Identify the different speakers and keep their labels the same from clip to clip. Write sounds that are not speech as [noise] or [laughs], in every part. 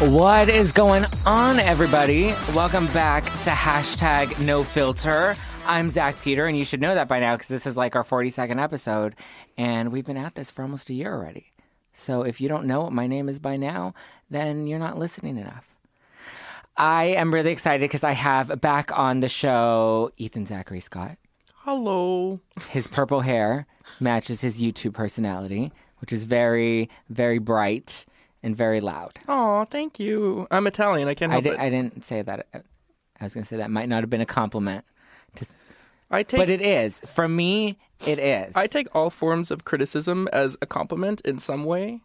Speaker 1: What is going on, everybody? Welcome back to hashtag no filter. I'm Zach Peter, and you should know that by now because this is like our 42nd episode, and we've been at this for almost a year already. So if you don't know what my name is by now, then you're not listening enough. I am really excited because I have back on the show Ethan Zachary Scott.
Speaker 2: Hello.
Speaker 1: His purple hair matches his YouTube personality, which is very, very bright and very loud.
Speaker 2: Oh, thank you. I'm Italian. I can't
Speaker 1: I,
Speaker 2: help
Speaker 1: di-
Speaker 2: it.
Speaker 1: I didn't say that. uh, I was going to say that might not have been a compliment,
Speaker 2: I take
Speaker 1: but it is. For me, it is.
Speaker 2: I take all forms of criticism as a compliment in some way.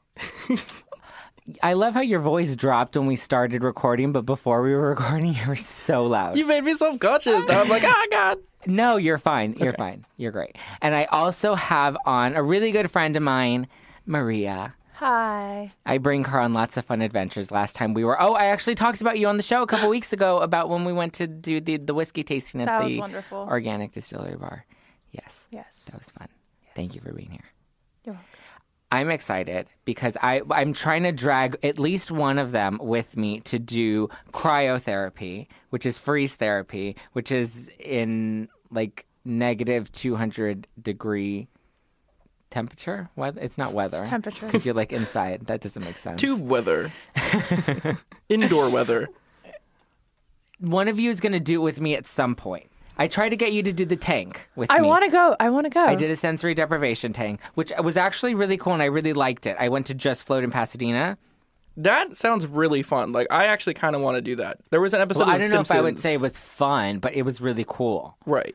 Speaker 1: I love how your voice dropped when we started recording, but before we were [laughs] recording, you were so loud.
Speaker 2: You made me self-conscious. Now I'm like, ah, God.
Speaker 1: No, you're fine. You're fine. You're great. And I also have on a really good friend of mine, Maria.
Speaker 3: Hi.
Speaker 1: I bring her on lots of fun adventures. Last time we were, oh, I actually talked about you on the show a couple weeks ago about when we went to do the, the whiskey tasting at
Speaker 3: That was
Speaker 1: the
Speaker 3: wonderful.
Speaker 1: organic distillery bar. Yes,
Speaker 3: Yes.
Speaker 1: that was fun. Thank you for being here.
Speaker 3: You're welcome.
Speaker 1: I'm excited because I I'm trying to drag at least one of them with me to do cryotherapy, which is freeze therapy, which is in like negative 200 degree temperature. Weather? It's not weather.
Speaker 3: temperature.
Speaker 1: Because you're like inside. That doesn't make sense. [laughs]
Speaker 2: Tube weather. Indoor weather.
Speaker 1: One of you is going to do it with me at some point. I tried to get you to do the tank with
Speaker 3: I
Speaker 1: me.
Speaker 3: want to go. I want to go.
Speaker 2: Oh.
Speaker 1: I did a sensory deprivation tank, which was actually really cool and I really liked it. I went to Just Float in Pasadena.
Speaker 2: That sounds really fun. Like I actually kind of want to do that. There was an episode.
Speaker 1: Well,
Speaker 2: of
Speaker 1: I
Speaker 2: The
Speaker 1: don't know if I would
Speaker 2: Simpsons-
Speaker 1: say Oh it was fun, but it was really cool
Speaker 2: right.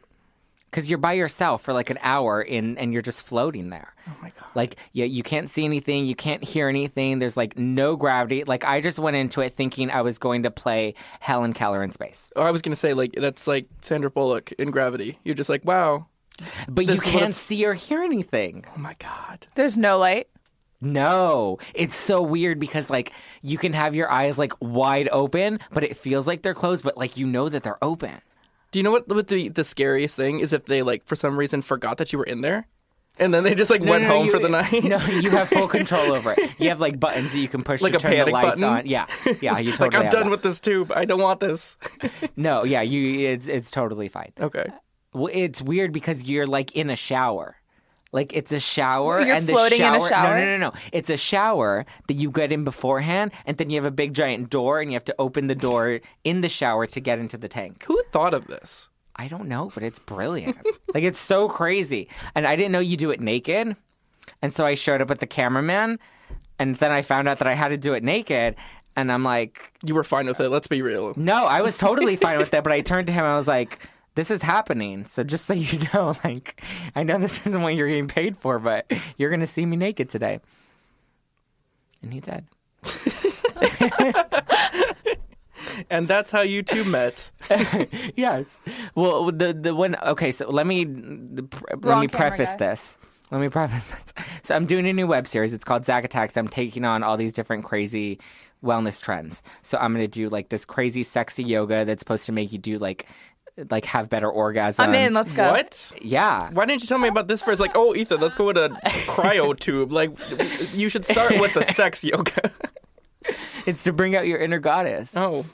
Speaker 1: because you're by yourself for like an hour in, and you're just floating there.
Speaker 2: Oh my God.
Speaker 1: Like you, you can't see anything, you can't hear anything. There's like no gravity. Like I just went into it thinking I was going to play Helen Keller in space,
Speaker 2: Oh, I was gonna say like that's like Sandra Bullock in Gravity. You're just like, wow.
Speaker 1: but
Speaker 2: This
Speaker 1: you
Speaker 2: is what
Speaker 1: can't
Speaker 2: it's-
Speaker 1: see or hear anything.
Speaker 2: Oh my God.
Speaker 3: There's no light.
Speaker 1: No, it's so weird because like you can have your eyes like wide open, but it feels like they're closed, but like you know that they're open.
Speaker 2: Do you know what, what the the scariest thing is? If they like for some reason forgot that you were in there, and then they just like
Speaker 1: No,
Speaker 2: went
Speaker 1: no, no,
Speaker 2: home
Speaker 1: you-
Speaker 2: for
Speaker 1: [laughs]
Speaker 2: the [laughs] night.
Speaker 1: No, you have full control over it. You have like buttons that you can push
Speaker 2: Like
Speaker 1: to
Speaker 2: a
Speaker 1: turn the
Speaker 2: panic
Speaker 1: lights
Speaker 2: button?
Speaker 1: on. Yeah, yeah, you totally.
Speaker 2: [laughs] like I'm
Speaker 1: have
Speaker 2: done
Speaker 1: that.
Speaker 2: with this tube. I don't want this. [laughs]
Speaker 1: No, yeah, you. It's it's totally fine.
Speaker 2: Okay.
Speaker 1: Well, it's weird because you're like in a shower. Like it's a shower
Speaker 3: You're
Speaker 1: and the
Speaker 3: floating in
Speaker 1: shower,
Speaker 3: a
Speaker 1: No,
Speaker 3: shower?
Speaker 1: no, no, no. It's a shower that you get in beforehand, and then you have a big giant door, and you have to open the door in the shower to get into the tank.
Speaker 2: Who thought of this?
Speaker 1: I don't know, but it's brilliant. like it's so crazy. And I didn't know you do it naked. And so I showed up with the cameraman and then I found out that I had to do it naked and I'm like,
Speaker 2: You were fine with it. Let's be real.
Speaker 1: "No, I was totally fine with that." But I turned to him and I was like, "This is happening. So just so you know, [laughs] like I know this isn't what you're getting paid for, but you're going to see me naked today." And he did.
Speaker 2: And that's how you two [laughs] met.
Speaker 1: [laughs] yes. Well, the the one. Okay, so let me the, pr- let
Speaker 3: Wrong
Speaker 1: me
Speaker 3: camera
Speaker 1: preface
Speaker 3: guy.
Speaker 1: this. Let me preface this. So I'm doing a new web series. It's called Zack Attacks. I'm taking on all these different crazy wellness trends. So I'm gonna do like this crazy sexy yoga that's supposed to make you do like like have better orgasms.
Speaker 3: I'm in. Let's go.
Speaker 2: What?
Speaker 1: yeah.
Speaker 2: Why didn't you tell me about this first? Like, oh, Ethan, let's go with a
Speaker 1: [laughs]
Speaker 2: cryo tube. Like, you should start with the sex yoga.
Speaker 1: It's to bring out your inner goddess.
Speaker 2: [laughs] Oh,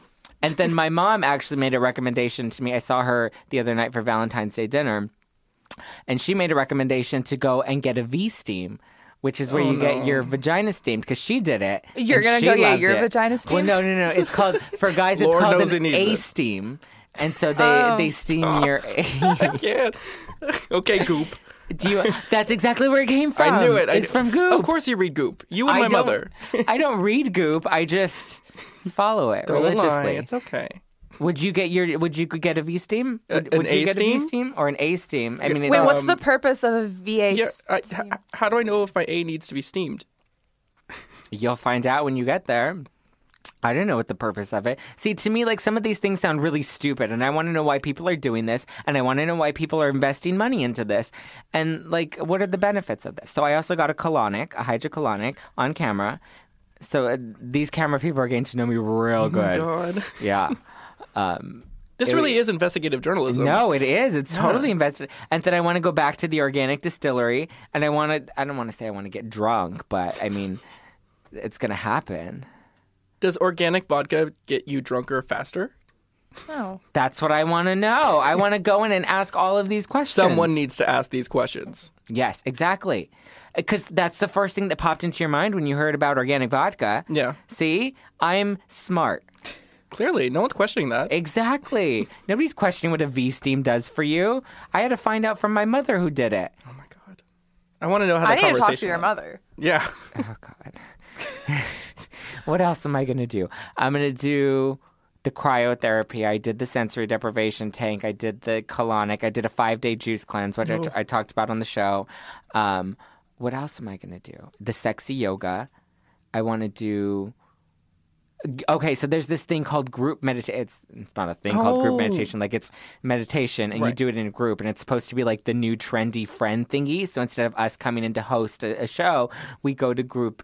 Speaker 1: And then my mom actually made a recommendation to me. I saw her the other night for Valentine's Day dinner, and she made a recommendation to go and get a V steam. Which is where
Speaker 2: Oh,
Speaker 1: you get your vagina steamed because she did it.
Speaker 3: You're
Speaker 1: and
Speaker 3: gonna
Speaker 1: she
Speaker 3: go get
Speaker 1: loved
Speaker 3: your
Speaker 1: it.
Speaker 3: vagina
Speaker 1: Well,
Speaker 3: steamed?
Speaker 1: no, no, no. It's called for guys. It's
Speaker 2: Lord
Speaker 1: called
Speaker 2: knows he
Speaker 1: an
Speaker 2: needs
Speaker 1: a
Speaker 2: it.
Speaker 1: steam, and so they
Speaker 3: Oh.
Speaker 1: they steam your. [laughs]
Speaker 2: I can't. [laughs] Okay, Goop.
Speaker 1: Do you? That's exactly where it came from.
Speaker 2: I knew it. I
Speaker 1: Um, It's
Speaker 2: knew-
Speaker 1: from Goop.
Speaker 2: Of course, you read Goop. You and
Speaker 1: I
Speaker 2: my
Speaker 1: don't-
Speaker 2: mother.
Speaker 1: I don't read Goop. I just follow it
Speaker 2: Don't lie,
Speaker 1: religiously.
Speaker 2: It's okay.
Speaker 1: Would you get your? Would you get a V steam? Would,
Speaker 2: an
Speaker 1: would you
Speaker 2: A
Speaker 1: get a V
Speaker 2: steam?
Speaker 1: steam or an A steam? I mean, it-
Speaker 3: Wait, what's
Speaker 2: Um,
Speaker 3: the purpose of a VA?
Speaker 2: Yeah. I, h- how do I know if my A needs to be steamed?
Speaker 1: you'll find out when you get there. I don't know what the purpose of it. See, to me, like some of these things sound really stupid, and I want to know why people are doing this, and I want to know why people are investing money into this, and like what are the benefits of this? So I also got a colonic, a hydrocolonic, on camera. So uh, these camera people are getting to know me real good.
Speaker 2: God.
Speaker 1: yeah.
Speaker 2: [laughs] This really is investigative journalism.
Speaker 1: No, it is. It's totally invested. And then I want to go back to the organic distillery, and I want to. I don't want to say I want to get drunk, but I mean, it's gonna happen.
Speaker 2: Does organic vodka get you drunker faster?
Speaker 3: Oh.
Speaker 1: That's what I want to know. I want to go in and ask all of these questions.
Speaker 2: Someone needs to ask these questions.
Speaker 1: Yes, exactly. Because that's the first thing that popped into your mind when you heard about organic vodka.
Speaker 2: Yeah.
Speaker 1: See, I'm smart.
Speaker 2: Clearly, no one's questioning that.
Speaker 1: Exactly. Nobody's questioning what a V steam does for you. I had to find out from my mother who did it.
Speaker 2: Oh my god. I want to know how
Speaker 3: I
Speaker 2: that
Speaker 3: need to
Speaker 2: conversation.
Speaker 3: talk to your
Speaker 2: went.
Speaker 3: mother.
Speaker 2: Yeah. [laughs]
Speaker 1: Oh God. [laughs] what else am I gonna do? I'm gonna do the cryotherapy. I did the sensory deprivation tank. I did the colonic. I did a five day juice cleanse, which I t- I talked about on the show. Um, what else am I gonna do? The sexy yoga. I want to do. Okay, so there's this thing called group meditation. It's, it's not a thing called group
Speaker 2: Oh.
Speaker 1: meditation. Like it's meditation, and you
Speaker 2: Right.
Speaker 1: do it in a group, and it's supposed to be like the new trendy friend thingy. So instead of us coming in to host a, a show, we go to group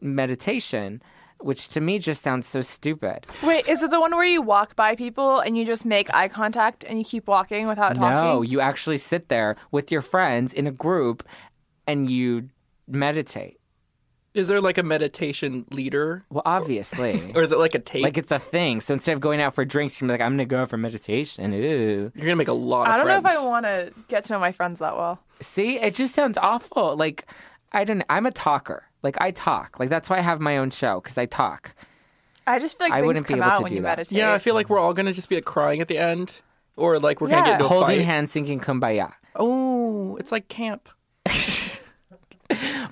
Speaker 1: meditation, which to me just sounds so stupid.
Speaker 3: Wait, is it the one where you walk by people and you just make eye contact and you keep walking without
Speaker 1: No,
Speaker 3: talking?
Speaker 1: you actually sit there with your friends in a group, and you meditate.
Speaker 2: Is there like a meditation leader,
Speaker 1: Well,
Speaker 2: [laughs]
Speaker 1: obviously.
Speaker 2: or is it like a tape?
Speaker 1: Like it's a thing. So instead of going out for drinks, you're like, I'm gonna go out for meditation. Ooh.
Speaker 2: You're gonna make a lot of
Speaker 3: I don't
Speaker 2: friends.
Speaker 3: know if I want to get to know my friends that well.
Speaker 1: See, it just sounds awful. Like I don't. I'm a talker. Like I talk. Like that's why I have my own show because I talk.
Speaker 3: I just feel like
Speaker 1: I
Speaker 3: things
Speaker 1: wouldn't be
Speaker 3: come
Speaker 1: able
Speaker 3: out
Speaker 1: to
Speaker 3: when
Speaker 1: do
Speaker 3: you
Speaker 1: that.
Speaker 3: meditate.
Speaker 2: Yeah, I feel like we're all gonna just be like crying at the end, or like we're gonna
Speaker 3: Yeah.
Speaker 2: get into a
Speaker 1: Holding
Speaker 2: fight.
Speaker 1: hands, singing "Kumbaya,"
Speaker 2: Oh, it's like camp.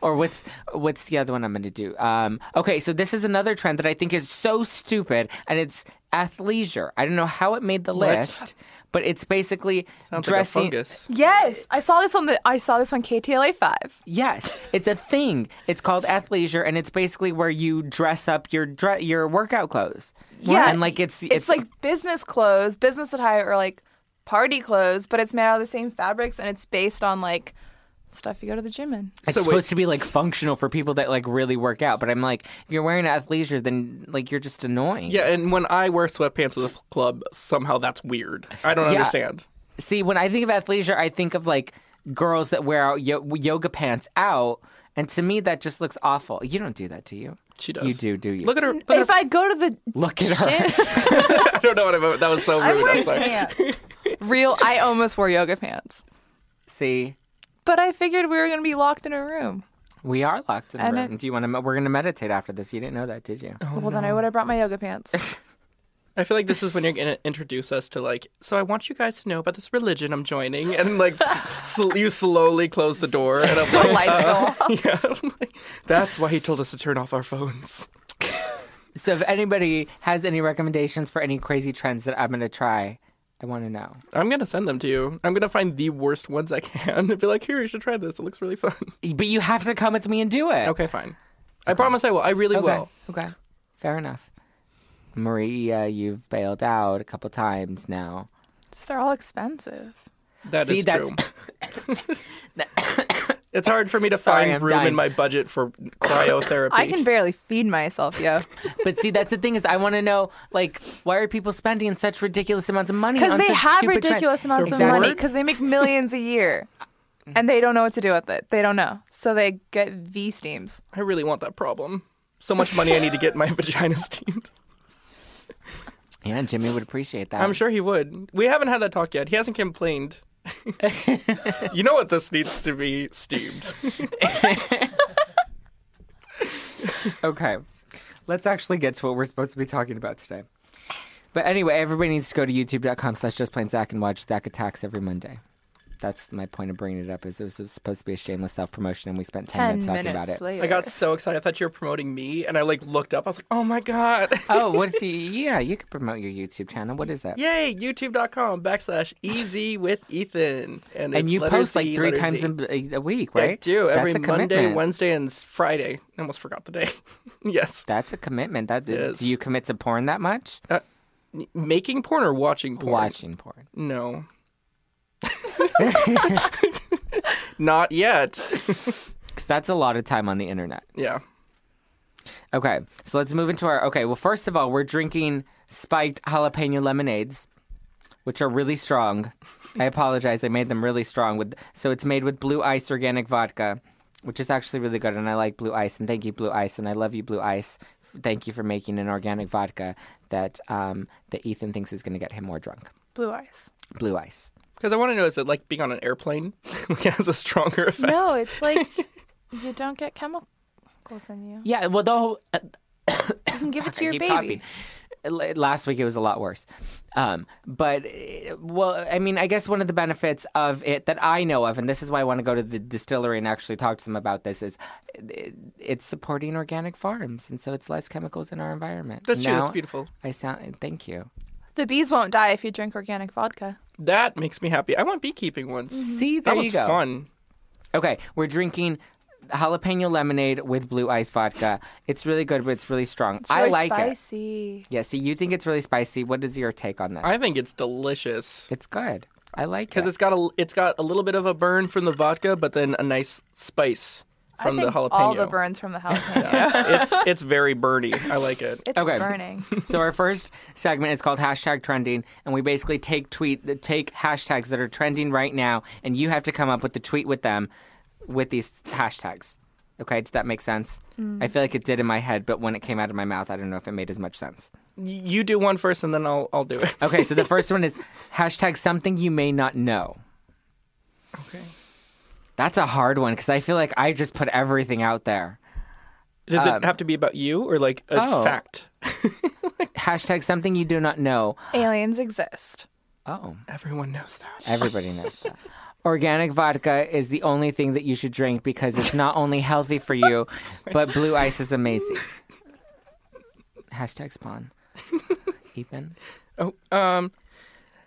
Speaker 1: or what's what's the other one I'm going to do? Um, okay, so this is another trend that I think is so stupid, and it's athleisure. I don't know how it made the
Speaker 2: What?
Speaker 1: list, but it's basically
Speaker 2: Sounds
Speaker 1: dressing.
Speaker 2: like a fungus.
Speaker 3: Yes, I saw this on the I saw this on KTLA five.
Speaker 1: Yes, it's a thing. It's called athleisure, and it's basically where you dress up your dre- your workout clothes.
Speaker 3: Yeah,
Speaker 1: and like it's
Speaker 3: It's, like business clothes, business attire, or like party clothes, but it's made out of the same fabrics and it's based on like stuff you go to the gym in.
Speaker 1: It's
Speaker 2: So wait-
Speaker 1: supposed to be like functional for people that like really work out, but I'm like, if you're wearing athleisure, then like you're just annoying.
Speaker 2: Yeah, and when I wear sweatpants to the club, somehow that's weird. I don't
Speaker 1: Yeah.
Speaker 2: understand.
Speaker 1: See, when I think of athleisure, I think of like girls that wear out yo- yoga pants out, and to me that just looks awful. You don't do that, do you?
Speaker 2: She does.
Speaker 1: You do, do you?
Speaker 2: Look at her. [laughs] Look at
Speaker 3: If
Speaker 2: her.
Speaker 3: I go to the
Speaker 1: Look at her.
Speaker 3: gym,
Speaker 2: I don't know what I meant. That was so
Speaker 3: I'm
Speaker 2: rude. I'm
Speaker 3: wearing
Speaker 2: sorry.
Speaker 3: pants. Real, I almost wore yoga pants,
Speaker 1: See,
Speaker 3: but I figured we were gonna be locked in a room.
Speaker 1: we are locked in a
Speaker 3: And
Speaker 1: room.
Speaker 3: it-
Speaker 1: Do you want to? We're going to meditate after this. You didn't know that, did you?
Speaker 2: Oh.
Speaker 3: well, then I would have brought my
Speaker 1: [laughs]
Speaker 3: yoga pants.
Speaker 2: I feel like this is when you're going to introduce us to like. So I want you guys to know about this religion I'm joining, and like s- sl- you slowly close the door, and I'm
Speaker 3: [laughs] the
Speaker 2: like, [laughs]
Speaker 3: lights go off.
Speaker 2: yeah, I'm like, that's why he told us to turn off our phones.
Speaker 1: So if anybody has any recommendations for any crazy trends that I'm going to try, I want to know.
Speaker 2: I'm gonna send them to you. I'm gonna find the worst ones I can and be like, here, you should try this. It looks really fun.
Speaker 1: But you have to come with me and do it.
Speaker 2: Okay, fine. I promise I will. I really
Speaker 1: Okay.
Speaker 2: will.
Speaker 1: Okay. Fair enough.
Speaker 4: uh,
Speaker 1: Maria, you've bailed out a couple times now.
Speaker 3: They're all expensive.
Speaker 2: That is
Speaker 1: See, that's-
Speaker 2: true. It's hard for me to
Speaker 4: Sorry,
Speaker 2: find
Speaker 4: I'm
Speaker 2: room
Speaker 4: dying.
Speaker 2: in my budget for cryotherapy.
Speaker 3: I can barely feed
Speaker 1: [laughs]
Speaker 3: myself, yo.
Speaker 4: But see, that's the thing is, I want to know, like, why are people spending such ridiculous amounts of money?
Speaker 3: Because
Speaker 4: on
Speaker 3: they
Speaker 4: such
Speaker 3: have
Speaker 4: stupid trends?
Speaker 3: ridiculous amounts
Speaker 2: They're
Speaker 3: of money.
Speaker 2: bored?
Speaker 3: Because they [laughs] make millions a year, and they don't know what to do with it. They don't know, so they get V steams.
Speaker 2: I really want that problem. So much money I need to get my [laughs] vagina steamed.
Speaker 4: Yeah, Jimmy would appreciate that.
Speaker 2: I'm sure he would. We haven't had that talk yet. He hasn't complained. you know what this needs to be steamed.
Speaker 1: Okay. Let's actually get to what we're supposed to be talking about today. But anyway, everybody needs to go to youtube.com slash just plain Zach and watch Zach Attacks every Monday. That's my point of bringing it up is it was supposed to be a shameless self-promotion and we spent 10,
Speaker 3: Ten
Speaker 1: minutes talking
Speaker 3: minutes
Speaker 1: about
Speaker 3: [laughs]
Speaker 1: it.
Speaker 3: later,
Speaker 2: I got so excited. I thought you were promoting me, and I like looked up. I was like, "Oh my god! [laughs]
Speaker 4: Oh, what?
Speaker 1: What's he, yeah, you could promote your YouTube channel. What is that?
Speaker 2: Yay! YouTube.com backslash Easy with Ethan."
Speaker 1: and
Speaker 2: And, it's
Speaker 1: you
Speaker 2: letter
Speaker 1: post
Speaker 2: Z,
Speaker 1: like three
Speaker 2: letter
Speaker 1: times
Speaker 2: Z.
Speaker 1: a, a week,
Speaker 2: Yeah,
Speaker 1: right?
Speaker 2: I do
Speaker 1: That's
Speaker 2: every
Speaker 1: a
Speaker 2: Monday,
Speaker 1: commitment.
Speaker 2: Wednesday, and s- Friday. I almost forgot the day. [laughs] yes,
Speaker 1: That's a commitment. That
Speaker 2: Yes.
Speaker 1: do you commit to porn that much?
Speaker 2: N- making porn or watching porn?
Speaker 1: Watching porn.
Speaker 2: No. [laughs] Not yet. [laughs]
Speaker 1: Because that's a lot of time on the internet.
Speaker 2: Yeah.
Speaker 1: Okay, so let's move into our. Okay, well, first of all, we're drinking spiked jalapeno lemonades, which are really strong. I apologize, I made them really strong. With so it's made with blue ice organic vodka, which is actually really good, and I like blue ice. And thank you, blue ice, and I love you, blue ice. Thank you for making an organic vodka that um, that Ethan thinks is going to get him more drunk.
Speaker 3: blue eyes.
Speaker 1: Blue ice.
Speaker 2: Because I want to know is it like being on an airplane? [laughs] Like, it has a stronger effect.
Speaker 3: No, it's like
Speaker 2: [laughs]
Speaker 3: you don't get chemicals in you.
Speaker 1: Yeah, well, the whole
Speaker 3: You can give it to
Speaker 1: I
Speaker 3: your
Speaker 1: keep
Speaker 3: baby.
Speaker 1: coughing. L- Last week it was a lot worse, um, but uh, well, I mean, I guess one of the benefits of it that I know of, and this is why I want to go to the distillery and actually talk to them about this, is it, it's supporting organic farms, and so it's less chemicals in our environment.
Speaker 2: That's true.
Speaker 1: Now
Speaker 2: That's beautiful.
Speaker 1: I sound. eh, Thank you.
Speaker 3: The bees won't die if you drink organic vodka.
Speaker 2: That makes me happy. I want beekeeping
Speaker 3: Mm-hmm.
Speaker 2: once.
Speaker 1: See, there
Speaker 2: That
Speaker 1: you
Speaker 2: was
Speaker 1: go.
Speaker 2: fun.
Speaker 1: Okay, we're drinking jalapeno lemonade with blue ice vodka. It's really good, but it's really strong.
Speaker 3: It's really
Speaker 1: I like it.
Speaker 3: spicy.
Speaker 1: Yeah. See, you think it's really spicy. What is your take on this?
Speaker 2: I think it's delicious
Speaker 1: it's good. I like
Speaker 2: because
Speaker 1: it.
Speaker 2: it's got a it's got a little bit of a burn from the vodka, but then a nice spice from
Speaker 3: I think
Speaker 2: the jalapeno.
Speaker 3: All the burns [laughs] from the jalapeno.
Speaker 2: it's it's very burny. I like it.
Speaker 3: It's
Speaker 1: Okay.
Speaker 3: [laughs] burning.
Speaker 1: So our first segment is called hashtag trending, and we basically take tweet take hashtags that are trending right now, and you have to come up with the tweet with them with these hashtags. Okay, does that make sense? I feel like it did in my head, but when it came out of my mouth, I don't know if it made as much sense.
Speaker 2: You do one first, and then I'll I'll do it.
Speaker 1: Okay, so the first one is hashtag something you may not know.
Speaker 2: Okay.
Speaker 1: That's a hard one because I feel like I just put everything out there.
Speaker 2: Does it have to be about you or like a
Speaker 1: oh.
Speaker 2: fact?
Speaker 1: Hashtag something you do not know.
Speaker 3: Aliens exist.
Speaker 1: Oh.
Speaker 2: Everyone knows that.
Speaker 1: Everybody knows that. [laughs] Organic vodka is the only thing that you should drink because it's not only healthy for [laughs] you, but blue ice is amazing. Hashtag [laughs] spawn. Ethan?
Speaker 2: Oh, um,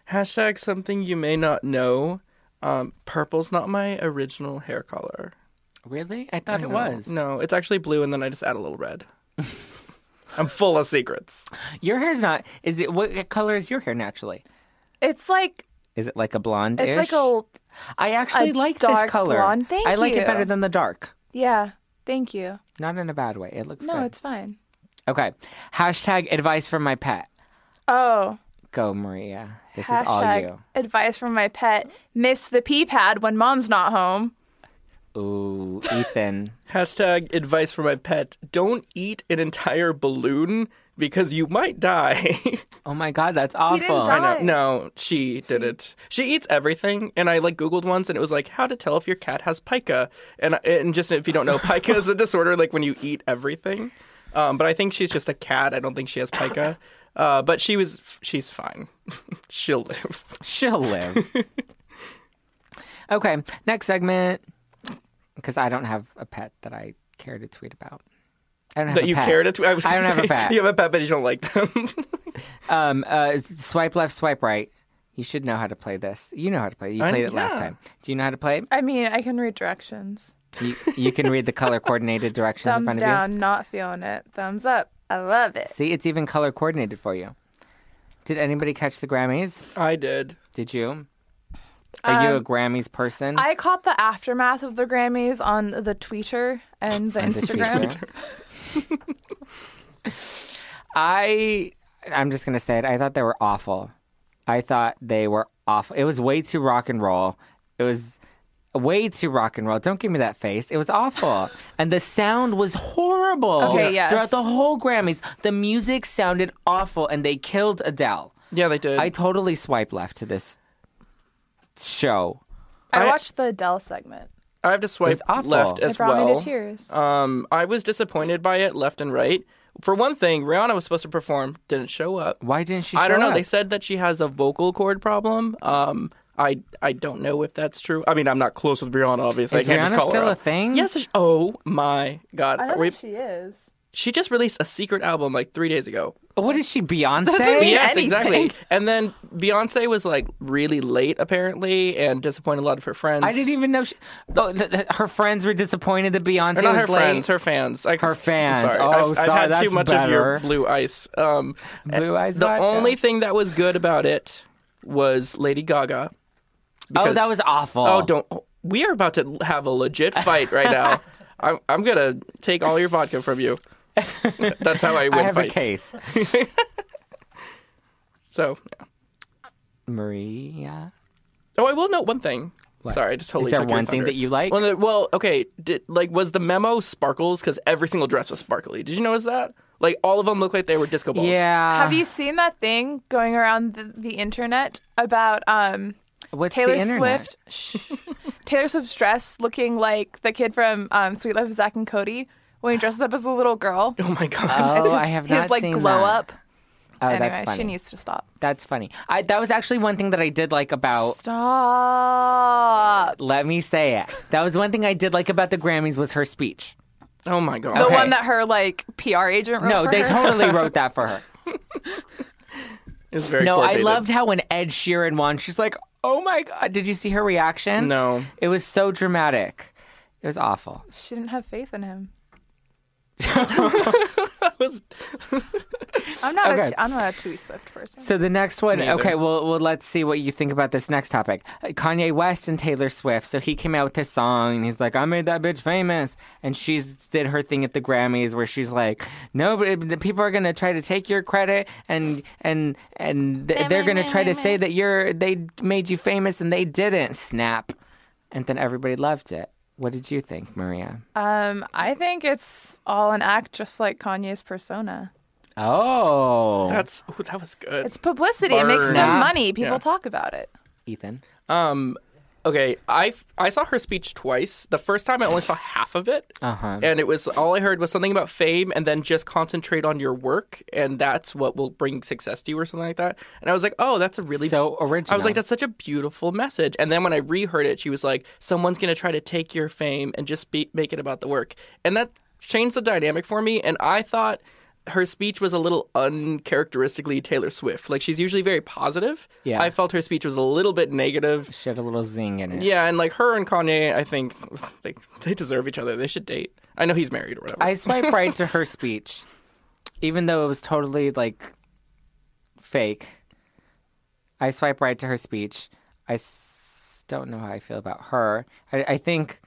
Speaker 2: hashtag something you may not know. Um, purple's not my original hair color.
Speaker 1: Really? I thought it
Speaker 2: No.
Speaker 1: was.
Speaker 2: No, it's actually blue, and then I just add a little [laughs] red. I'm full of secrets.
Speaker 1: Your hair's not. Is it? What color is your hair naturally?
Speaker 3: It's like
Speaker 1: Is it like a blonde?
Speaker 3: it's like a
Speaker 1: I actually
Speaker 3: a
Speaker 1: like
Speaker 3: dark
Speaker 1: this color.
Speaker 3: blonde. Thank
Speaker 1: I like it
Speaker 3: you.
Speaker 1: better than the dark.
Speaker 3: yeah. Thank you.
Speaker 1: Not in a bad way. It looks
Speaker 3: No,
Speaker 1: good.
Speaker 3: it's fine.
Speaker 1: Okay. Hashtag advice from my pet.
Speaker 3: Oh,
Speaker 1: Go, Maria. This is all
Speaker 3: hashtag
Speaker 1: you.
Speaker 3: advice from my pet: miss the pee pad when mom's not home.
Speaker 1: Ooh, Ethan.
Speaker 2: Hashtag advice for my pet: Don't eat an entire balloon because you might die. [laughs]
Speaker 1: Oh my God, that's awful.
Speaker 3: didn't die.
Speaker 2: I know.
Speaker 3: Why?
Speaker 2: No, she did it. She eats everything, and I like Googled once, and it was like how to tell if your cat has pica, and and just if you don't know, [laughs] pica is a disorder like when you eat everything. Um, but I think she's just a cat. I don't think she has pica.
Speaker 1: [laughs]
Speaker 2: Uh, but she was, she's fine. [laughs] She'll live.
Speaker 1: She'll live. okay, next segment. Because I don't have a pet that I care to tweet about. I don't have
Speaker 2: That
Speaker 1: a
Speaker 2: you
Speaker 1: pet.
Speaker 2: cared it. I was.
Speaker 1: I don't
Speaker 2: gonna
Speaker 1: have a
Speaker 2: say,
Speaker 1: pet.
Speaker 2: [laughs] You have a pet, but you don't like them. [laughs]
Speaker 1: Um, uh, s- swipe left, swipe right. You should know how to play this. You know how to play. it. You
Speaker 2: I-
Speaker 1: played it last
Speaker 2: yeah.
Speaker 1: time. Do you know how to play? it?
Speaker 3: I mean, I can read directions.
Speaker 1: You, you can read the color
Speaker 2: [laughs]
Speaker 1: coordinated directions in
Speaker 3: Thumbs
Speaker 1: front of you.
Speaker 3: down, not feeling it. Thumbs up. I love it.
Speaker 1: See, it's even color coordinated for you. Did anybody catch the Grammys?
Speaker 2: I did.
Speaker 1: Did you? Are
Speaker 2: Um,
Speaker 1: you a Grammys person?
Speaker 3: I caught the aftermath of the Grammys on the Twitter and
Speaker 1: [laughs]
Speaker 3: the
Speaker 1: On the
Speaker 3: Instagram.
Speaker 1: Twitter. I I'm just gonna say it. I thought they were awful. I thought they were awful. It was way too rock and roll. It was way too rock and roll. Don't give me that face. It was
Speaker 2: [laughs]
Speaker 1: awful. and the sound was horrible.
Speaker 3: Okay, yes.
Speaker 1: Throughout the whole Grammys, the music sounded awful and they killed Adele.
Speaker 2: Yeah, they did.
Speaker 1: I totally swipe left to this show.
Speaker 3: I
Speaker 2: I-
Speaker 3: watched the Adele segment.
Speaker 2: I have to swipe
Speaker 1: It's awful.
Speaker 2: left
Speaker 1: It
Speaker 3: It
Speaker 2: as
Speaker 3: brought me
Speaker 2: well.
Speaker 3: to tears.
Speaker 2: Um, I was disappointed by it left and right. For one thing, Rihanna was supposed to perform, didn't show up.
Speaker 1: Why didn't she
Speaker 2: I don't
Speaker 1: show
Speaker 2: know.
Speaker 1: up?
Speaker 2: They said that she has a vocal cord problem. Um, I I don't know if that's true. I mean, I'm not close with Brianna, obviously.
Speaker 1: Is
Speaker 2: I can't just
Speaker 1: Rihanna
Speaker 2: call her
Speaker 1: still a
Speaker 2: up.
Speaker 1: thing?
Speaker 2: Yes. she- Oh my God.
Speaker 3: I know
Speaker 2: Are we-
Speaker 3: that she is.
Speaker 2: she just released a secret album like three days ago.
Speaker 1: What is she, Beyonce?
Speaker 3: mean
Speaker 2: yes,
Speaker 3: anything.
Speaker 2: exactly. And then Beyonce was like really late apparently, and disappointed a lot of her friends.
Speaker 1: I didn't even know she. Oh, th- th- her friends were disappointed that Beyonce
Speaker 2: Or not
Speaker 1: was
Speaker 2: her
Speaker 1: late.
Speaker 2: friends, her fans. I,
Speaker 1: Her fans.
Speaker 2: I'm sorry.
Speaker 1: Oh,
Speaker 2: I've,
Speaker 1: sorry,
Speaker 2: I've had
Speaker 1: that's
Speaker 2: too much of your
Speaker 1: better.
Speaker 2: blue ice. Um,
Speaker 1: Blue eyes.
Speaker 2: the
Speaker 1: vodka.
Speaker 2: only thing that was good about it was Lady Gaga.
Speaker 1: Oh,
Speaker 2: Because-
Speaker 1: that was awful.
Speaker 2: Oh, don't. We are about to have a legit fight
Speaker 1: [laughs]
Speaker 2: right now. I'm, I'm gonna take all your vodka from you. That's how I
Speaker 1: [laughs]
Speaker 2: win
Speaker 1: I have
Speaker 2: fights.
Speaker 1: a case.
Speaker 2: So, yeah.
Speaker 1: Maria.
Speaker 2: oh, I will note one thing. Sorry, I just totally.
Speaker 1: Is there
Speaker 2: took your
Speaker 1: one thing
Speaker 2: thunder.
Speaker 1: that you like?
Speaker 2: Well, no- well, okay. Did, like, was the memo sparkles? Because every single dress was sparkly. Did you notice that? Like, all of them looked like they were disco balls.
Speaker 1: Yeah.
Speaker 3: Have you seen that thing going around the, the internet about um,
Speaker 1: What's the
Speaker 3: Taylor
Speaker 1: internet?
Speaker 3: Swift? Shh. [laughs] Taylor Swift's dress looking like the kid from um, Sweet Life of Zack and Cody when he dresses up as a little
Speaker 1: [gasps]
Speaker 3: girl.
Speaker 2: Oh my god.
Speaker 1: Oh,
Speaker 3: It's his-
Speaker 1: I have
Speaker 3: his,
Speaker 1: not
Speaker 3: like
Speaker 1: seen
Speaker 3: glow
Speaker 1: that.
Speaker 3: up.
Speaker 1: Oh,
Speaker 3: anyway,
Speaker 1: that's funny.
Speaker 3: she needs to stop.
Speaker 1: That's funny. I, that was actually one thing that I did like about.
Speaker 3: Stop.
Speaker 1: Let me say it. That was one thing I did like about the Grammys was her speech.
Speaker 2: oh my god.
Speaker 3: The
Speaker 1: Okay.
Speaker 3: one that her like PR agent wrote.
Speaker 1: No,
Speaker 3: for
Speaker 1: they
Speaker 3: her.
Speaker 1: totally wrote that for
Speaker 2: [laughs]
Speaker 1: her.
Speaker 2: It was very.
Speaker 1: No, I
Speaker 2: coordinated.
Speaker 1: loved how when Ed Sheeran won, she's like, "Oh my god!" Did you see her reaction?
Speaker 2: No.
Speaker 1: It was so dramatic. It was awful.
Speaker 3: [laughs] She didn't have faith in him.
Speaker 2: was-
Speaker 3: I'm not.
Speaker 1: Okay.
Speaker 3: A, I'm not a Tui Swift person.
Speaker 1: So the next one,
Speaker 2: Neither.
Speaker 1: okay, well, well, let's see what you think about this next topic. Uh, Kanye West and Taylor Swift. So he came out with his song, and he's like, "I made that bitch famous," and she's did her thing at the Grammys, where she's like, "No, but the people are gonna try to take your credit, and and and th- they're gonna try to say that you're they made you famous, and they didn't." Snap, and then everybody loved it. What did you think, Maria?
Speaker 3: Um, I think it's all an act, just like Kanye's persona.
Speaker 1: Oh,
Speaker 2: That's. Ooh, that was good.
Speaker 3: It's publicity. It makes
Speaker 2: Burn.
Speaker 3: them
Speaker 1: Yeah.
Speaker 3: money. People
Speaker 2: Yeah.
Speaker 3: talk about it.
Speaker 1: Ethan.
Speaker 2: Um, okay, I I saw her speech twice. The first time I only saw half of it,
Speaker 1: Uh-huh.
Speaker 2: and it was all I heard was something about fame, and then just concentrate on your work, and that's what will bring success to you, or something like that. And I was like, oh, that's a really
Speaker 1: So original.
Speaker 2: I was like, that's such a beautiful message. And then when I reheard it, she was like, someone's going to try to take your fame and just be- make it about the work. And that changed the dynamic for me. And I thought her speech was a little uncharacteristically Taylor Swift. Like, she's usually very positive.
Speaker 1: Yeah.
Speaker 2: I felt her speech was a little bit negative.
Speaker 1: she had a little zing in it.
Speaker 2: Yeah. And like her and Kanye, I think [laughs] they, they deserve each other. They should date. I know he's married or whatever.
Speaker 1: I swipe right to her speech, even though it was totally like fake. I swipe right to her speech. I s- don't know how I feel about her. I, I think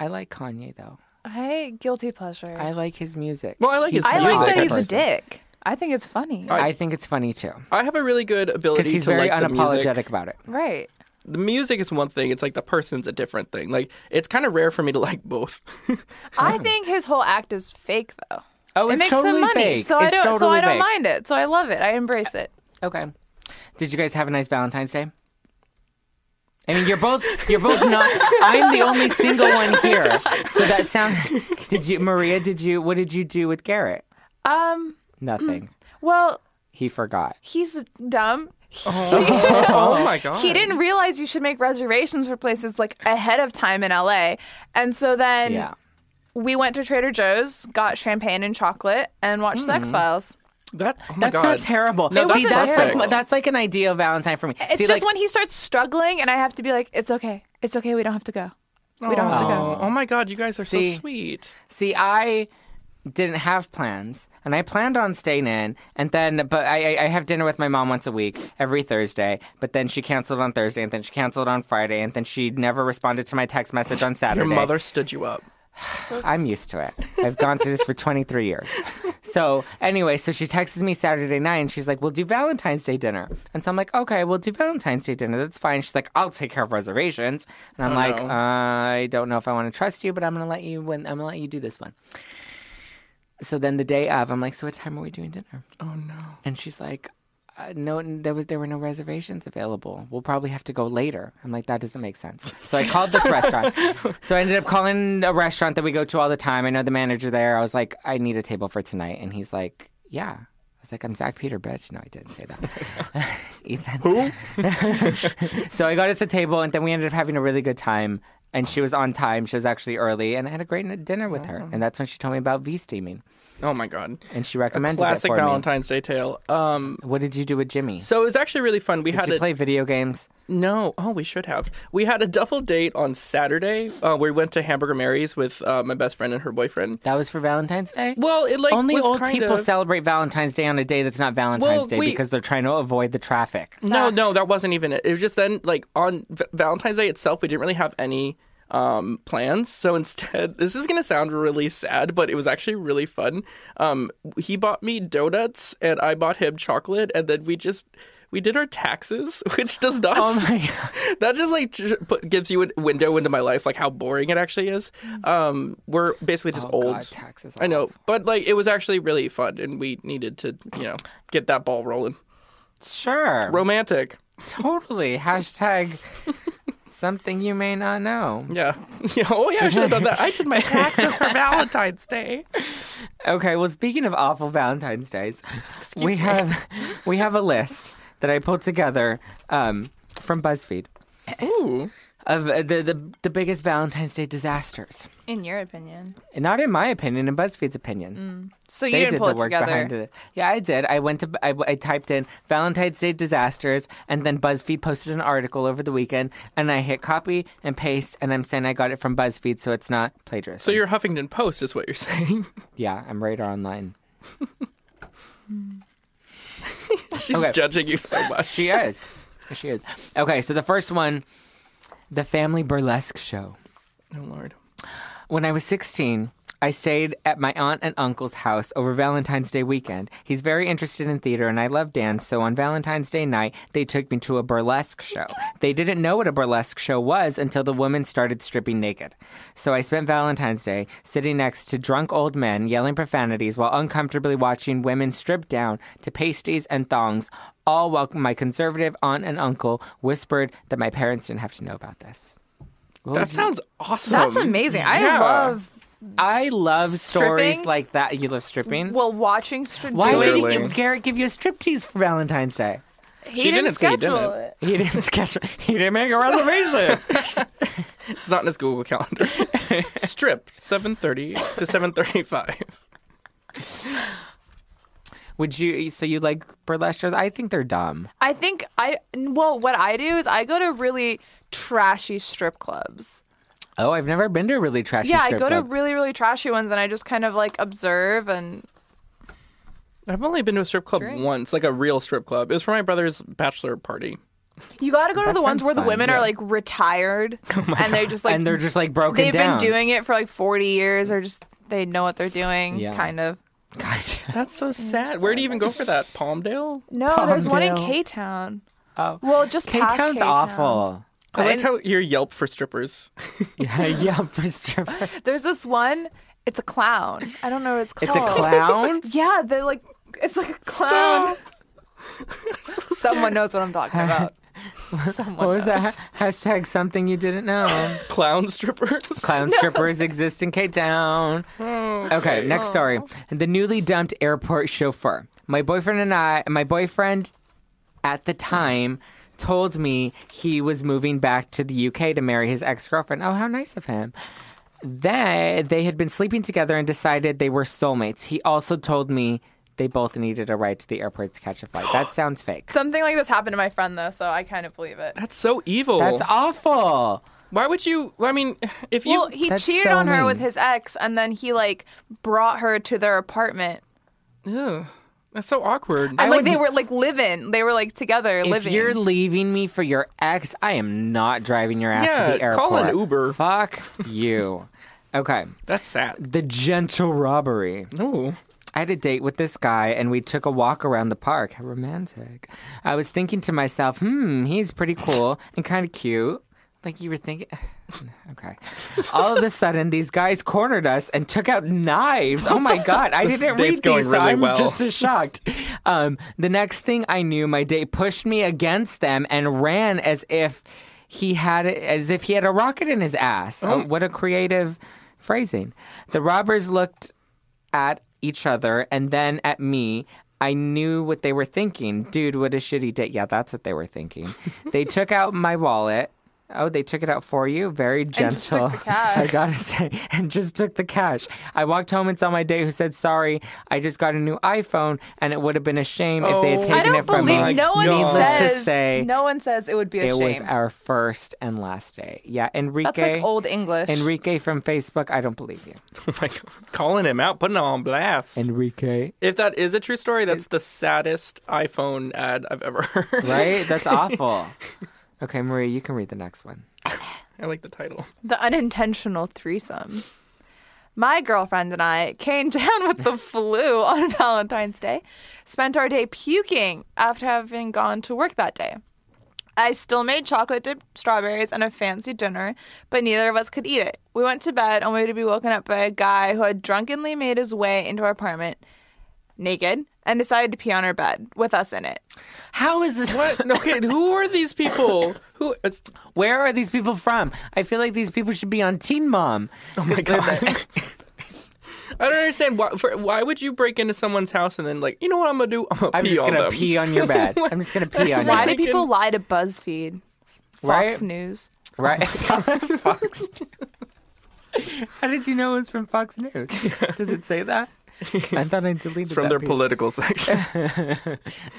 Speaker 1: I like Kanye though.
Speaker 3: I guilty pleasure.
Speaker 1: I like his music.
Speaker 2: Well, I like his
Speaker 3: I
Speaker 2: You're
Speaker 3: like
Speaker 2: a
Speaker 3: that
Speaker 2: dick
Speaker 3: he's a
Speaker 2: person.
Speaker 3: dick. I think it's funny.
Speaker 1: I think it's funny too
Speaker 2: I have a really good
Speaker 1: because
Speaker 2: ability
Speaker 1: he's
Speaker 2: to
Speaker 1: very
Speaker 2: like the music.
Speaker 1: unapologetic about it.
Speaker 3: right.
Speaker 2: the music is one thing it's like the person's a different thing like it's kind of rare for me to like both [laughs]
Speaker 3: I think his whole act is fake though.
Speaker 1: Oh,
Speaker 3: it
Speaker 1: it's
Speaker 3: makes
Speaker 1: totally
Speaker 3: him money,
Speaker 1: fake.
Speaker 3: so I
Speaker 1: It's
Speaker 3: don't. so
Speaker 1: totally
Speaker 3: I don't
Speaker 1: fake.
Speaker 3: mind it. So I love it. I embrace it.
Speaker 1: Okay. Did you guys have a nice Valentine's Day? I mean, you're both you're both not. I'm the only single one here, so that sound. Did you, Maria? Did you? What did you do with Garrett?
Speaker 3: Um.
Speaker 1: Nothing.
Speaker 3: Well,
Speaker 1: He forgot.
Speaker 3: he's dumb.
Speaker 2: oh my
Speaker 1: [laughs]
Speaker 2: god
Speaker 3: [laughs] He didn't realize you should make reservations for places like ahead of time in LA. And so then
Speaker 1: Yeah.
Speaker 3: we went to Trader Joe's, got champagne and chocolate, and watched the
Speaker 1: Hmm.
Speaker 3: X Files.
Speaker 2: that oh my
Speaker 1: That's
Speaker 2: god
Speaker 1: not terrible.
Speaker 2: No,
Speaker 1: See,
Speaker 3: that's
Speaker 1: that's
Speaker 3: terrible.
Speaker 1: like that's like an ideal Valentine for me.
Speaker 3: It's just when he starts struggling, and I have to be like, it's okay. It's okay. We don't have to go. We don't have to go.
Speaker 2: oh, oh my god you guys are
Speaker 1: See?
Speaker 2: so sweet
Speaker 1: See, I didn't have plans. and I planned on staying in, and then but I I I have dinner with my mom once a week every Thursday, but then she canceled on Thursday, and then she canceled on Friday, and then she never responded to my text message on
Speaker 2: Your
Speaker 1: Saturday.
Speaker 2: mother stood you up.
Speaker 1: I'm used to it. I've gone through this for 23 years. So anyway, so she texts me Saturday night and she's like, "We'll do Valentine's Day dinner." And so I'm like, "Okay, we'll do Valentine's Day dinner. That's fine." She's like, "I'll take care of reservations." And I'm like,
Speaker 2: no.
Speaker 1: "I don't know if I want to trust you, but I'm gonna let you. Win- I'm gonna let you do this one." So then the day of, I'm like, "So what time are we doing dinner?"
Speaker 2: Oh no.
Speaker 1: And she's like, uh, no, there was there were no reservations available. We'll probably have to go later. I'm like, that doesn't make sense. So I called this restaurant. So I ended up calling a restaurant that we go to all the time. I know the manager there. I was like, I need a table for tonight, and he's like, Yeah. I was like, I'm Zach Peter, bitch. No, I didn't say that. [laughs] Ethan. Who? [laughs] so I got us a table, and then we ended up having a really good time. And she was on time. She was actually early, and I had a great dinner with her. And that's when she told me about V steaming,
Speaker 2: Oh my god.
Speaker 1: and she recommended
Speaker 2: Classic
Speaker 1: it for
Speaker 2: Valentine's Day tale. Um,
Speaker 1: me. What did you do with Jimmy?
Speaker 2: so it was actually really fun. We had
Speaker 1: Did you
Speaker 2: a
Speaker 1: play video games?
Speaker 2: no. Oh, we should have. We had a double date on Saturday. Uh, we went to Hamburger Mary's with uh, my best friend and her boyfriend.
Speaker 1: That was for Valentine's Day.
Speaker 2: Well, it like
Speaker 1: Only
Speaker 2: was
Speaker 1: old
Speaker 2: kind
Speaker 1: people
Speaker 2: of-
Speaker 1: celebrate Valentine's Day on a day that's not Valentine's
Speaker 2: Well,
Speaker 1: Day
Speaker 2: we-
Speaker 1: because they're trying to avoid the traffic.
Speaker 2: No, no, that wasn't even it. It was just then, like on v- Valentine's Day itself, we didn't really have any um, plans. So instead, [laughs] this is gonna sound really sad, but it was actually really fun. Um, he bought me donuts, and I bought him chocolate, and then we just we did our taxes, [laughs] which does not.
Speaker 1: Oh
Speaker 2: [laughs]
Speaker 1: my God.
Speaker 2: that just like j- put, gives you a window into my life, like how boring it actually is. Um, we're basically just
Speaker 1: Mm. Oh,
Speaker 2: old.
Speaker 1: God, taxes
Speaker 2: I know, but like it was actually really fun, and we needed to, you know, get that ball rolling.
Speaker 1: Sure.
Speaker 2: Romantic. [laughs]
Speaker 1: totally. Hashtag something you may not know.
Speaker 2: Yeah. [laughs] yeah. Oh, yeah, I should have done that. I did my [laughs] taxes for Valentine's Day.
Speaker 1: Okay, well speaking of awful Valentine's Days, we have we have a list that I pulled together um, from BuzzFeed
Speaker 2: Ooh.
Speaker 1: of uh, the, the the biggest Valentine's Day disasters.
Speaker 3: In your opinion.
Speaker 1: And not in my opinion, in BuzzFeed's opinion.
Speaker 3: So you
Speaker 1: They
Speaker 3: didn't
Speaker 1: did
Speaker 3: pull
Speaker 1: the
Speaker 3: it
Speaker 1: work
Speaker 3: together.
Speaker 1: behind it. Yeah, I did. I went to I, I typed in Valentine's Day disasters, and then BuzzFeed posted an article over the weekend, and I hit copy and paste, and I'm saying I got it from BuzzFeed, so it's not plagiarism.
Speaker 2: So you're Huffington Post, is what you're saying. [laughs]
Speaker 1: yeah, I'm radar online.
Speaker 2: She's
Speaker 1: Okay.
Speaker 2: judging you so much.
Speaker 1: [laughs] She is, she is. Okay, so the first one, the family burlesque show.
Speaker 2: Oh, Lord.
Speaker 1: When I was 16, I stayed at my aunt and uncle's house over Valentine's Day weekend. He's very interested in theater and I love dance, so on Valentine's Day night, they took me to a burlesque show. They didn't know what a burlesque show was until the women started stripping naked. So I spent Valentine's Day sitting next to drunk old men yelling profanities while uncomfortably watching women strip down to pasties and thongs, all while my conservative aunt and uncle whispered that my parents didn't have to know about this. What
Speaker 2: That
Speaker 1: would you-
Speaker 2: sounds awesome.
Speaker 3: That's amazing. I
Speaker 2: Yeah.
Speaker 3: love
Speaker 1: I love stories
Speaker 3: Stripping?
Speaker 1: like that. You love stripping?
Speaker 3: well watching stri-
Speaker 1: Why
Speaker 3: doing,
Speaker 2: Clearly.
Speaker 1: didn't you, Garrett give you a striptease for Valentine's Day?
Speaker 3: he
Speaker 2: She
Speaker 3: didn't
Speaker 2: didn't say he
Speaker 3: schedule
Speaker 2: didn't.
Speaker 3: it.
Speaker 1: He didn't [laughs] schedule. He didn't make a
Speaker 3: [laughs]
Speaker 1: reservation.
Speaker 2: It's not in his
Speaker 1: [laughs]
Speaker 2: Google calendar. Strip, 7.30 to 7.35.
Speaker 1: Would you? So you like burlesque shows? I think they're dumb.
Speaker 3: I think I well what I do is I go to really trashy strip clubs.
Speaker 1: Oh, I've never been to a really trashy.
Speaker 3: yeah, I
Speaker 1: strip
Speaker 3: go to
Speaker 1: club.
Speaker 3: really really trashy ones and I just kind of like observe and
Speaker 2: I've only been to a strip club
Speaker 3: Drink.
Speaker 2: once, like a real strip club. It was for my brother's bachelor party.
Speaker 3: you got to go to
Speaker 1: That
Speaker 3: the
Speaker 1: sounds
Speaker 3: ones where the
Speaker 1: fun,
Speaker 3: women
Speaker 1: yeah. Oh
Speaker 3: are like
Speaker 1: [laughs]
Speaker 3: retired and they're just like
Speaker 1: and they're just like broken
Speaker 3: they've
Speaker 1: down. [laughs]
Speaker 3: been doing it for like 40 years or just they know what they're doing
Speaker 1: Yeah.
Speaker 3: kind of
Speaker 1: God.
Speaker 2: That's so sad. Where do you even go for that? Palmdale?
Speaker 3: no there's one in
Speaker 1: Palmdale.
Speaker 3: k-town
Speaker 1: Oh.
Speaker 3: well just
Speaker 1: K
Speaker 3: past
Speaker 1: Town's
Speaker 3: K-town.
Speaker 1: awful. [laughs]
Speaker 2: I like how your Yelp for strippers.
Speaker 1: yeah, yeah, for
Speaker 3: [laughs]
Speaker 1: stripper.
Speaker 3: there's this one it's a clown i don't know what it's
Speaker 1: It's
Speaker 3: called
Speaker 1: a clown.
Speaker 3: [laughs] yeah they're like it's like a clown [laughs] someone knows what
Speaker 1: [laughs]
Speaker 3: i'm talking about someone
Speaker 1: What was
Speaker 3: knows.
Speaker 1: that? Hashtag something you didn't know.
Speaker 2: Clown strippers?
Speaker 1: [laughs] Clown strippers exist in K Town. Okay, next story. The newly dumped airport chauffeur. My boyfriend and I, my boyfriend at the time told me he was moving back to the UK to marry his ex girlfriend. Oh, how nice of him. They, they had been sleeping together and decided they were soulmates. He also told me they both needed a ride to the airport to catch a flight. [gasps] That sounds fake.
Speaker 3: something like this happened to my friend though so i kind of believe it
Speaker 2: That's so evil.
Speaker 1: That's awful.
Speaker 2: Why would you? I mean, if you
Speaker 3: well he
Speaker 1: That's
Speaker 3: cheated
Speaker 1: so
Speaker 3: on her
Speaker 1: mean.
Speaker 3: with his ex and then he like brought her to their apartment
Speaker 2: Ew, that's so awkward.
Speaker 3: And like they were like living. They were like together
Speaker 1: If
Speaker 3: living.
Speaker 1: you're leaving me for your ex, I am not driving your ass to the
Speaker 2: Yeah,
Speaker 1: airport.
Speaker 2: call an Uber.
Speaker 1: Fuck you. Okay.
Speaker 2: that's [laughs] sad.
Speaker 1: The gentle robbery.
Speaker 2: [laughs] No.
Speaker 1: I had a date with this guy and we took a walk around the park. How romantic. I was thinking to myself, hmm, he's pretty cool and kind of cute. Like you were thinking. [sighs] Okay. All of a sudden, these guys cornered us and took out knives. Oh
Speaker 2: [laughs]
Speaker 1: my God. I
Speaker 2: This
Speaker 1: didn't
Speaker 2: date's
Speaker 1: read
Speaker 2: going
Speaker 1: these, so
Speaker 2: really
Speaker 1: I'm
Speaker 2: well.
Speaker 1: just as shocked. Um, the next thing I knew, my date pushed me against them and ran as if he had as if he had a rocket in his ass. Oh, what a creative phrasing. The robbers looked at each other and then at me. I knew what they were thinking. Dude, what a shitty date. Yeah, that's what they were
Speaker 3: [laughs]
Speaker 1: thinking. they took out my wallet. Oh, they took it out for you? Very gentle.
Speaker 3: just took the
Speaker 1: [laughs]
Speaker 3: cash.
Speaker 1: I gotta say, and just took the cash. I walked home and saw my date who said, Sorry, I just got a new iPhone, and it would have been a shame if they
Speaker 2: Oh
Speaker 1: had
Speaker 3: I
Speaker 1: taken
Speaker 3: don't
Speaker 1: it from me.
Speaker 2: my
Speaker 3: believe no one
Speaker 1: Needless
Speaker 3: says.
Speaker 1: to say,
Speaker 3: no one says it would be a
Speaker 1: it
Speaker 3: shame.
Speaker 1: was our first and last day. Yeah, Enrique.
Speaker 3: That's like old English.
Speaker 1: Enrique from Facebook, I don't believe you.
Speaker 2: Oh my God. Calling him out, putting him on blast.
Speaker 1: Enrique.
Speaker 2: if that is a true story, that's the saddest iPhone ad I've ever heard.
Speaker 1: Right? That's awful. Okay, Maria, you can read the next one.
Speaker 2: [laughs] I like the title.
Speaker 3: the unintentional threesome. My girlfriend and I came [laughs] down with the flu on [laughs] Valentine's Day, spent our day puking after having gone to work that day. I still made chocolate dipped strawberries and a fancy dinner, but neither of us could eat it. We went to bed only to be woken up by a guy who had drunkenly made his way into our apartment naked and decided to pee on our bed with us in it.
Speaker 1: How is this?
Speaker 2: What? No, Okay, who are these people? Who? It's,
Speaker 1: Where are these people from? I feel like these people should be on Teen Mom.
Speaker 2: oh my god! [laughs] I don't understand why. For, why would you break into someone's house and then like, you know what I'm gonna do? I'm gonna
Speaker 1: I'm
Speaker 2: pee
Speaker 1: just
Speaker 2: on
Speaker 1: gonna
Speaker 2: them.
Speaker 1: pee on your bed. I'm just gonna pee on your
Speaker 3: Why do
Speaker 1: bed.
Speaker 2: naked.
Speaker 3: people lie to BuzzFeed, Fox
Speaker 1: Right?
Speaker 3: News?
Speaker 2: [laughs]
Speaker 1: Right? [laughs] Fox. How did you know it was from Fox
Speaker 2: [laughs]
Speaker 1: News? Does it say that? I thought I deleted
Speaker 2: It's [laughs] from
Speaker 1: that
Speaker 2: their
Speaker 1: piece. [laughs]
Speaker 2: political section.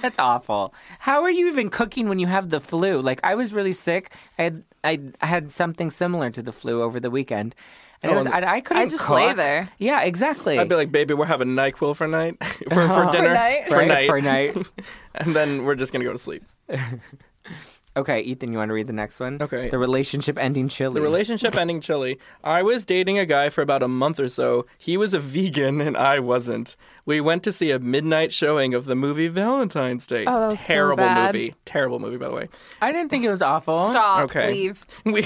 Speaker 1: That's awful. How are you even cooking when you have the flu? Like I was really sick. I had I had something similar to the flu over the weekend, and
Speaker 2: Oh,
Speaker 1: it was, I, I couldn't.
Speaker 3: I just
Speaker 1: cook.
Speaker 3: lay there.
Speaker 1: Yeah, exactly.
Speaker 2: I'd be like, baby, we're having Nyquil for night [laughs] for, for dinner
Speaker 3: night?
Speaker 2: for
Speaker 1: Right,
Speaker 2: night,
Speaker 1: Uh-huh. for night.
Speaker 2: [laughs] and then we're just gonna go to sleep.
Speaker 1: Okay, Ethan, you want to read the next one?
Speaker 2: Okay.
Speaker 1: The relationship ending chili.
Speaker 2: The relationship ending chili. I was dating a guy for about a month or so. He was a vegan and I wasn't. We went to see a midnight showing of the movie Valentine's Day.
Speaker 3: Oh, that was so
Speaker 2: Terrible
Speaker 3: bad.
Speaker 2: movie. Terrible movie, by the way.
Speaker 1: I didn't think it was awful.
Speaker 3: Stop.
Speaker 2: Okay.
Speaker 3: Leave.
Speaker 2: [laughs] We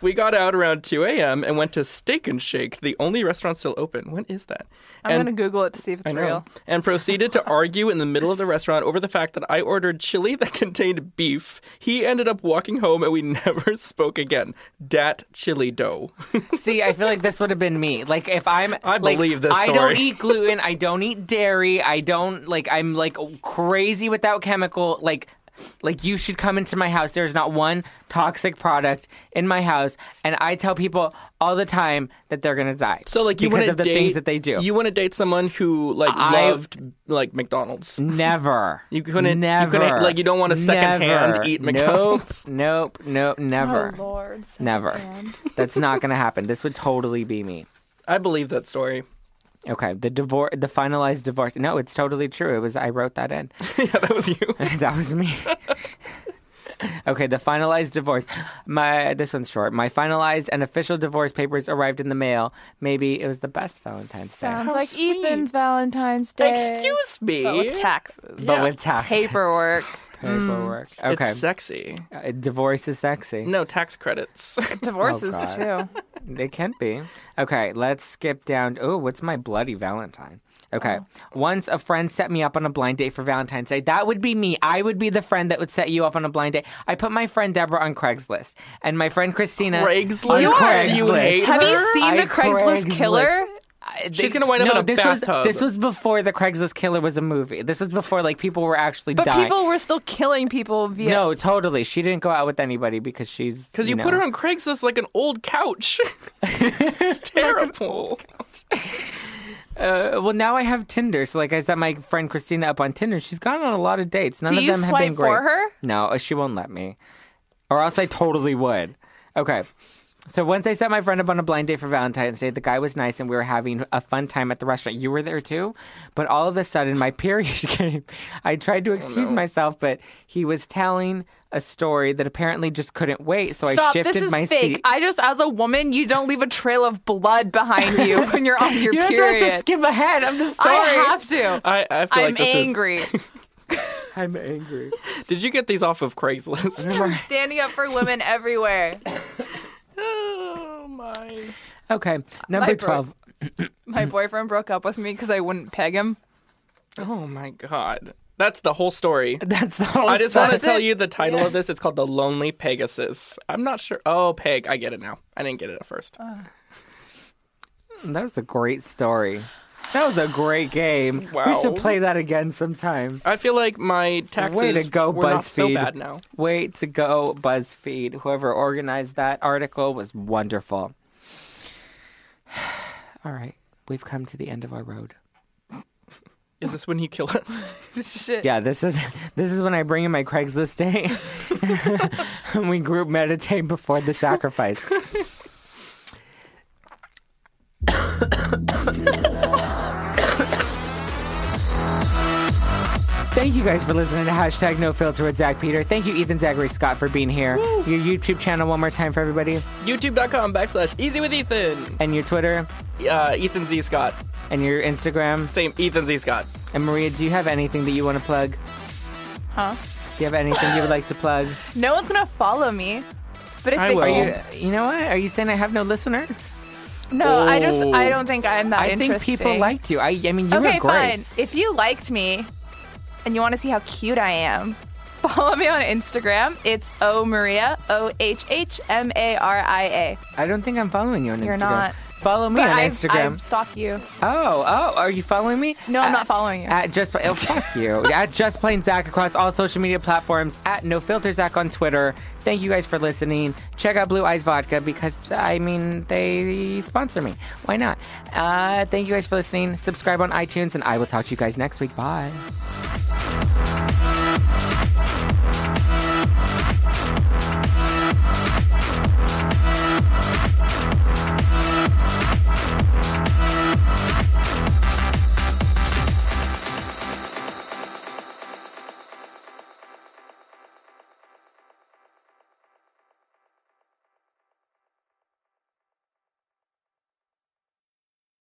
Speaker 2: we got out around 2 a.m. and went to Steak and Shake, the only restaurant still open. When is that?
Speaker 3: I'm
Speaker 2: and
Speaker 3: gonna Google it to see if it's
Speaker 2: I know.
Speaker 3: real.
Speaker 2: And proceeded to argue in the middle of the restaurant over the fact that I ordered chili that [laughs] contained beef. He ended up walking home and we [laughs] never spoke again. Dat chili dough.
Speaker 1: See, I feel like this would have been me. Like if I'm,
Speaker 2: I
Speaker 1: like,
Speaker 2: believe this
Speaker 1: I don't
Speaker 2: story.
Speaker 1: eat gluten. I don't eat dairy. I don't like. I'm like crazy without chemical. Like, like you should come into my house. There's not one toxic product in my house, and I tell people all the time that they're gonna die.
Speaker 2: So like you
Speaker 1: because
Speaker 2: want
Speaker 1: of the
Speaker 2: date,
Speaker 1: things that they do.
Speaker 2: You want to date someone who like
Speaker 1: I-
Speaker 2: loved like McDonald's.
Speaker 1: Never.
Speaker 2: You couldn't- you
Speaker 1: Never.
Speaker 2: couldn't- like, you don't want to secondhand
Speaker 1: Never.
Speaker 2: eat McDonald's.
Speaker 1: Nope. Nope. Nope. Never.
Speaker 3: Oh Lord.
Speaker 1: Never. That's not going to happen. This would totally be me.
Speaker 2: I believe that story. [laughs]
Speaker 1: Okay, the divorce, the finalized divorce. No, it's totally true. It was I wrote that in. [laughs]
Speaker 2: yeah, that was
Speaker 3: [laughs]
Speaker 2: you.
Speaker 1: that was me. [laughs] okay, the finalized divorce. My this one's short. My finalized and official divorce papers arrived in the mail. Maybe it was the best Valentine's Day,
Speaker 3: Sounds
Speaker 2: How
Speaker 3: like
Speaker 2: sweet.
Speaker 3: Ethan's Valentine's Day.
Speaker 2: Excuse me.
Speaker 3: But with taxes.
Speaker 1: but
Speaker 2: yeah.
Speaker 1: with tax
Speaker 3: Paperwork.
Speaker 1: paperwork. Okay,
Speaker 2: Mm. It's sexy.
Speaker 1: Uh, divorce is sexy.
Speaker 2: No
Speaker 1: [laughs]
Speaker 2: tax credits.
Speaker 3: Divorces
Speaker 1: [laughs] Oh,
Speaker 3: too.
Speaker 1: It can be. Okay, let's skip down. Oh, what's my bloody Valentine? Okay.
Speaker 2: Oh.
Speaker 1: Once a friend set me up on a blind date for Valentine's Day. That would be me. I would be the friend that would set you up on a blind date. I put my friend Deborah on Craigslist and my friend Christina.
Speaker 2: Craigslist?
Speaker 1: on
Speaker 2: You are- do you
Speaker 1: Craigslist.
Speaker 2: hate
Speaker 3: Have you
Speaker 2: Her?
Speaker 3: seen
Speaker 1: I
Speaker 3: the Craigslist,
Speaker 1: Craigslist.
Speaker 3: killer?
Speaker 1: I-
Speaker 2: She's
Speaker 1: they-
Speaker 2: gonna wind up
Speaker 1: no,
Speaker 2: in a
Speaker 1: this Was,
Speaker 2: bathtub.
Speaker 1: this was before the Craigslist killer was a movie. This was before like people were actually
Speaker 3: But
Speaker 1: dying.
Speaker 3: people were still killing people via.
Speaker 1: no, totally. She didn't go out with anybody because she's
Speaker 2: Because you,
Speaker 1: know.
Speaker 2: put her on Craigslist like an old couch. [laughs]
Speaker 1: [laughs]
Speaker 2: it's terrible.
Speaker 1: Uh, well, now I have Tinder. So, like I set my friend Christina up on Tinder. She's gone on a lot of dates. None
Speaker 3: Do
Speaker 1: of
Speaker 3: you
Speaker 1: them have been
Speaker 3: swipe
Speaker 1: great. uh,
Speaker 3: for her?
Speaker 1: No, she won't let me, or else I totally would. Okay, So once I set my friend up on a blind date for Valentine's Day, the guy was nice and we were having a fun time at the restaurant. You were there too, but all of a sudden my period [laughs] came. I tried
Speaker 3: Oh,
Speaker 1: to excuse myself, but he was telling a story that apparently just couldn't wait. So
Speaker 3: Stop.
Speaker 1: I shifted
Speaker 3: This is
Speaker 1: my
Speaker 3: fake.
Speaker 1: seat.
Speaker 3: I just, as a woman, you don't leave a trail of blood behind
Speaker 1: [laughs]
Speaker 3: you when you're on your
Speaker 1: you
Speaker 3: period.
Speaker 1: have to, have to skip ahead of the story.
Speaker 3: I have to.
Speaker 2: I, I feel
Speaker 3: I'm
Speaker 2: like this
Speaker 3: angry.
Speaker 1: [laughs] I'm angry.
Speaker 2: is. Did you get these off of Craigslist?
Speaker 1: [laughs]
Speaker 2: [laughs]
Speaker 3: Standing up for women everywhere.
Speaker 2: oh my!
Speaker 1: Okay, number
Speaker 3: My bro-
Speaker 1: twelve.
Speaker 3: My boyfriend broke up with me because I wouldn't peg him. [laughs]
Speaker 2: Oh my god! That's the whole story. [laughs]
Speaker 1: That's the whole.
Speaker 2: I just want to
Speaker 3: That's
Speaker 2: tell
Speaker 3: it.
Speaker 2: you the title of this. It's called The Lonely Pegasus. I'm not sure. Oh, Peg. I get it now. I didn't get it at first.
Speaker 1: Ah. That was a great story. That was a great game. We should
Speaker 2: Wow.
Speaker 1: play that again sometime.
Speaker 2: I feel like my taxes
Speaker 1: Way to go,
Speaker 2: were not so
Speaker 1: BuzzFeed.
Speaker 2: bad now.
Speaker 1: Way to go, BuzzFeed. Whoever organized that article was wonderful. [sighs] All right, we've come to the end of our road.
Speaker 2: Is this when you kill us? [laughs]
Speaker 3: Shit.
Speaker 1: Yeah, this is this is when I bring in my Craigslist day, [laughs] and we group meditate before the sacrifice. Thank you guys for listening to hashtag No Filter with Zach Peter. Thank you Ethan Zachary Scott for being here. Your YouTube channel one more time for everybody,
Speaker 2: YouTube.com backslash Easy with Ethan.
Speaker 1: and your Twitter,
Speaker 2: Uh, Ethan Z Scott.
Speaker 1: and your Instagram.
Speaker 2: Same Ethan Z Scott.
Speaker 1: And Maria, do you have anything that you want to plug?
Speaker 3: Huh?
Speaker 1: Do you have anything you would like to plug?
Speaker 3: No one's gonna follow me. But if
Speaker 2: I
Speaker 3: they
Speaker 2: will.
Speaker 1: Are
Speaker 3: can-
Speaker 1: you, you know what? Are you saying I have no listeners?
Speaker 3: no, I just
Speaker 2: Oh.
Speaker 3: I don't think I'm that
Speaker 1: I
Speaker 3: interesting.
Speaker 1: think people liked you. I, I mean, you
Speaker 3: Okay,
Speaker 1: were great.
Speaker 3: fine. If you liked me and you want to see how cute I am, [laughs] follow me on Instagram. It's O Maria O H H M A R I A.
Speaker 1: I don't think I'm following you on
Speaker 3: You're
Speaker 1: Instagram.
Speaker 3: not.
Speaker 1: Follow me
Speaker 3: But
Speaker 1: on
Speaker 3: I, I
Speaker 1: Instagram.
Speaker 3: stalk you.
Speaker 1: Oh, oh, are you following me?
Speaker 3: No, I'm
Speaker 1: At-
Speaker 3: not following you.
Speaker 1: At just oh, fuck
Speaker 3: [laughs]
Speaker 1: you. At just plain Zach across all social media platforms. At no filter Zach on Twitter. Thank you guys for listening. Check out Blue Eyes Vodka because I mean they sponsor me. Why not? Uh, thank you guys for listening. Subscribe on iTunes, and I will talk to you guys next week. Bye.